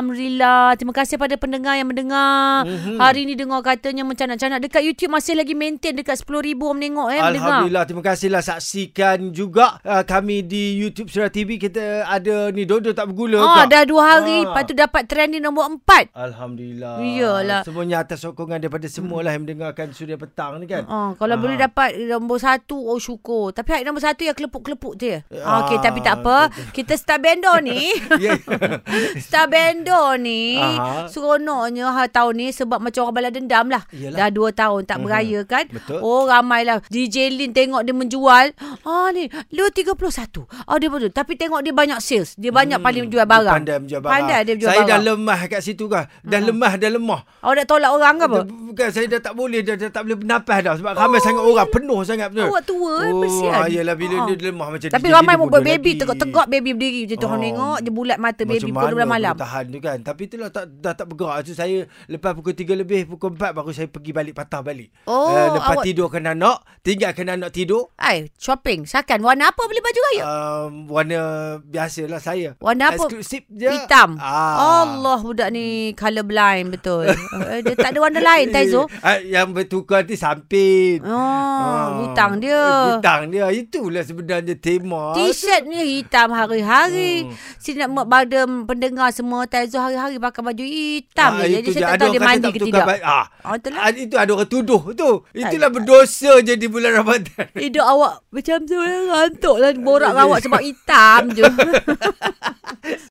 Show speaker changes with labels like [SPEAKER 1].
[SPEAKER 1] Alhamdulillah. Terima kasih pada pendengar yang mendengar.
[SPEAKER 2] Mhm.
[SPEAKER 1] Hari ni dengar katanya mencanak-canak. Dekat YouTube masih lagi maintain dekat 10,000 orang menengok eh. Mendengar.
[SPEAKER 2] Alhamdulillah terima kasihlah saksikan juga uh, kami di YouTube Surah TV kita ada ni dodo tak bergula
[SPEAKER 1] Ah,
[SPEAKER 2] kak.
[SPEAKER 1] dah dua hari.
[SPEAKER 2] Ah.
[SPEAKER 1] Lepas tu dapat trending nombor empat.
[SPEAKER 2] Alhamdulillah.
[SPEAKER 1] Iyalah.
[SPEAKER 2] Semuanya atas sokongan daripada semualah yang mendengarkan Suria Petang ni kan.
[SPEAKER 1] Ah, kalau
[SPEAKER 2] Ah.
[SPEAKER 1] boleh dapat nombor satu, oh syukur. Tapi hak nombor satu yang kelepuk-kelepuk je. Ah,
[SPEAKER 2] Ah,
[SPEAKER 1] okay, tapi tak apa. Kita star bendo ni.
[SPEAKER 2] Ya.
[SPEAKER 1] Star Bendo ni
[SPEAKER 2] Aha.
[SPEAKER 1] Seronoknya ha, tahun ni Sebab macam orang balas dendam lah Dah
[SPEAKER 2] Yelah. Mhm.
[SPEAKER 1] 2 tahun tak beraya kan
[SPEAKER 2] Betul.
[SPEAKER 1] Oh ramailah DJ Lin tengok dia menjual Ah ni Lu 31 Ah dia betul Tapi tengok dia banyak sales Dia banyak hmm. paling menjual barang
[SPEAKER 2] Dia pandai menjual barang.
[SPEAKER 1] Pandai dia menjual
[SPEAKER 2] Saya dah
[SPEAKER 1] barang Ah.
[SPEAKER 2] lemah kat situ kah. Dah lemah, dah lemah.
[SPEAKER 1] Awak dah tolak orang ke apa?
[SPEAKER 2] Dah- Bukan, saya dah tak boleh, dah, dah tak boleh bernafas dah. Sebab ramai sangat orang, penuh sangat betul.
[SPEAKER 1] Oh. Awak tua eh, kesian.
[SPEAKER 2] Oh, yelah bila
[SPEAKER 1] Ah.
[SPEAKER 2] dia lemah macam
[SPEAKER 1] Tapi
[SPEAKER 2] dia,
[SPEAKER 1] ramai
[SPEAKER 2] jadi
[SPEAKER 1] mau
[SPEAKER 2] bodoh
[SPEAKER 1] buat baby
[SPEAKER 2] lagi.
[SPEAKER 1] Tegak-tegak baby berdiri Macam tu orang
[SPEAKER 2] Oh.
[SPEAKER 1] tengok Dia bulat mata baby
[SPEAKER 2] Macam
[SPEAKER 1] Pukul 12
[SPEAKER 2] mana
[SPEAKER 1] malam
[SPEAKER 2] boleh tahan tu kan Tapi itulah tak, dah tak bergerak tu Saya lepas pukul 3 lebih Pukul 4 baru saya pergi balik patah balik
[SPEAKER 1] Oh,
[SPEAKER 2] Eh, Lepas
[SPEAKER 1] awak-
[SPEAKER 2] tidurkan anak Tinggalkan anak tidur
[SPEAKER 1] Ai, shopping Sakan warna apa beli baju raya?
[SPEAKER 2] um, Warna biasalah saya
[SPEAKER 1] Ya. Warna apa?
[SPEAKER 2] Eksklusif Ah. je
[SPEAKER 1] Hitam. Allah budak ni colorblind betul. Eh, dia tak ada warna lain Taizo.
[SPEAKER 2] Ah, Yang bertukar tu sampit
[SPEAKER 1] Oh, butang
[SPEAKER 2] Eh,
[SPEAKER 1] dia.
[SPEAKER 2] Butang dia Itulah sebenarnya tema
[SPEAKER 1] T-shirt ni hitam hari-hari.
[SPEAKER 2] Hmm.
[SPEAKER 1] Sini nak buat pada pendengar semua Taizo hari-hari pakai baju hitam
[SPEAKER 2] Ah,
[SPEAKER 1] je. Jadi
[SPEAKER 2] itu
[SPEAKER 1] saya
[SPEAKER 2] je.
[SPEAKER 1] tak
[SPEAKER 2] Ada
[SPEAKER 1] tahu dia
[SPEAKER 2] orang kata
[SPEAKER 1] mandi
[SPEAKER 2] tak
[SPEAKER 1] ke
[SPEAKER 2] bertukar
[SPEAKER 1] tidak.
[SPEAKER 2] ba- ah,
[SPEAKER 1] Oh, itulah.
[SPEAKER 2] ah, itu ada orang tuduh tu. Itulah berdosa je di bulan Ramadan.
[SPEAKER 1] Hidup
[SPEAKER 2] Eh.
[SPEAKER 1] awak macam tu eh, rantuk lah borak awak sebab hitam je.